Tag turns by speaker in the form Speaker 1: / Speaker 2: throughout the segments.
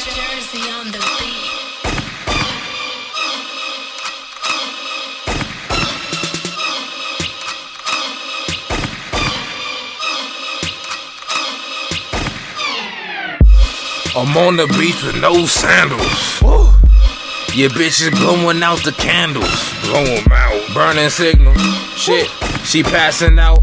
Speaker 1: Jersey on the beat.
Speaker 2: I'm on the beach with no sandals. Your bitch is blowing out the candles. Blow 'em out. Burning signals. Shit, she passing out.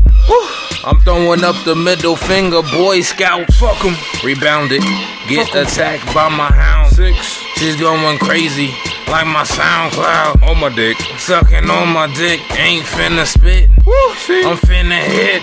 Speaker 2: I'm throwing up the middle finger, Boy Scout. Fuck 'em. Rebounded. Get attacked by my hound. Six. She's going crazy. Like my SoundCloud. On my dick. Sucking on my dick. Ain't finna spit. I'm finna hit.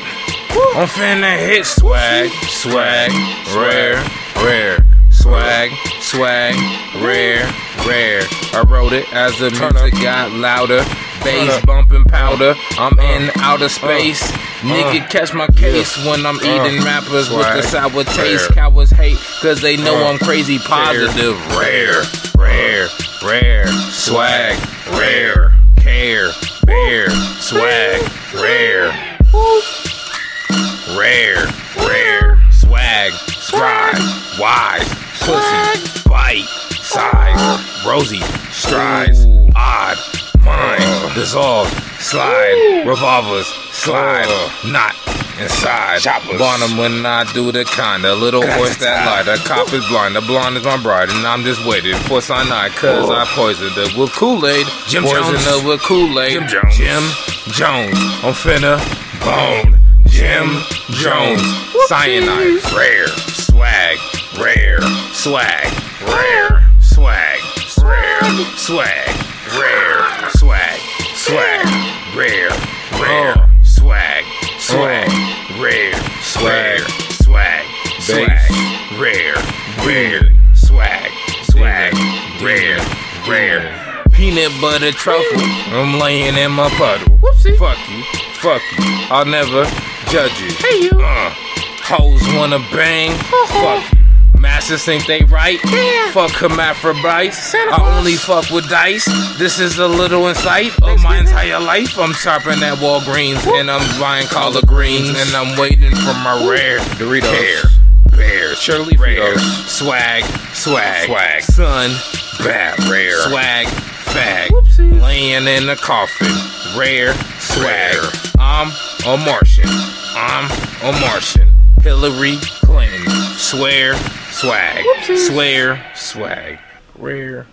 Speaker 2: I'm finna hit swag, swag, rare, rare. Swag, swag, rare, rare. I wrote it as the music got louder. Bass bumping powder. I'm in outer space. Nigga, catch my case when I'm eating rappers with the
Speaker 3: Swag,
Speaker 2: sour taste.
Speaker 3: rare.
Speaker 2: Cowards hate, cause they know I'm crazy positive. Uh, Rare, rare, rare. Swag, rare. Care, bear. Swag, rare. Rare, rare, swag, stride, wise, pussy, bite, size, rosy, strides, odd, mind, dissolve, slide, revolvers, slide, not inside. Choppers. Bottom when I do the kind of little horse that lied. The cop is blind, the blonde is my bride, and I'm just waiting for cyanide, cause I poisoned her with Kool-Aid.
Speaker 3: Jim
Speaker 2: poisoned
Speaker 3: Jones.
Speaker 2: her with Kool-Aid.
Speaker 3: Jim Jones.
Speaker 2: Jim Jones. I'm finna bone. Jim Jones. Cyanide. Rare. Swag. Rare. Swag. Rare. Swag. Rare. Swag. Rare. Swag. Swag. Rare. Rare. Swag. Swag. Rare. Swag. Swag. Swag. Rare. Rare. Swag. Swag. Rare. Rare peanut butter truffle. I'm laying in my puddle. Whoopsie. Fuck you, fuck you. I'll never judge you. Hey you. Uh, hoes wanna bang. fuck you. Masters think they right. Fuck hermaphrodites. I only fuck with dice. This is a little insight of my entire life. I'm shopping at Walgreens and I'm buying collard greens and I'm waiting for my rare Doritos. Bear, Shirley Rare, Swag, Swag, Swag, Son, Bad, Rare, Swag, Fag, Laying in a coffin, Rare, Swag. I'm a Martian, I'm a Martian. Hillary Clinton, Swear, Swag, Swear, Swag, Rare,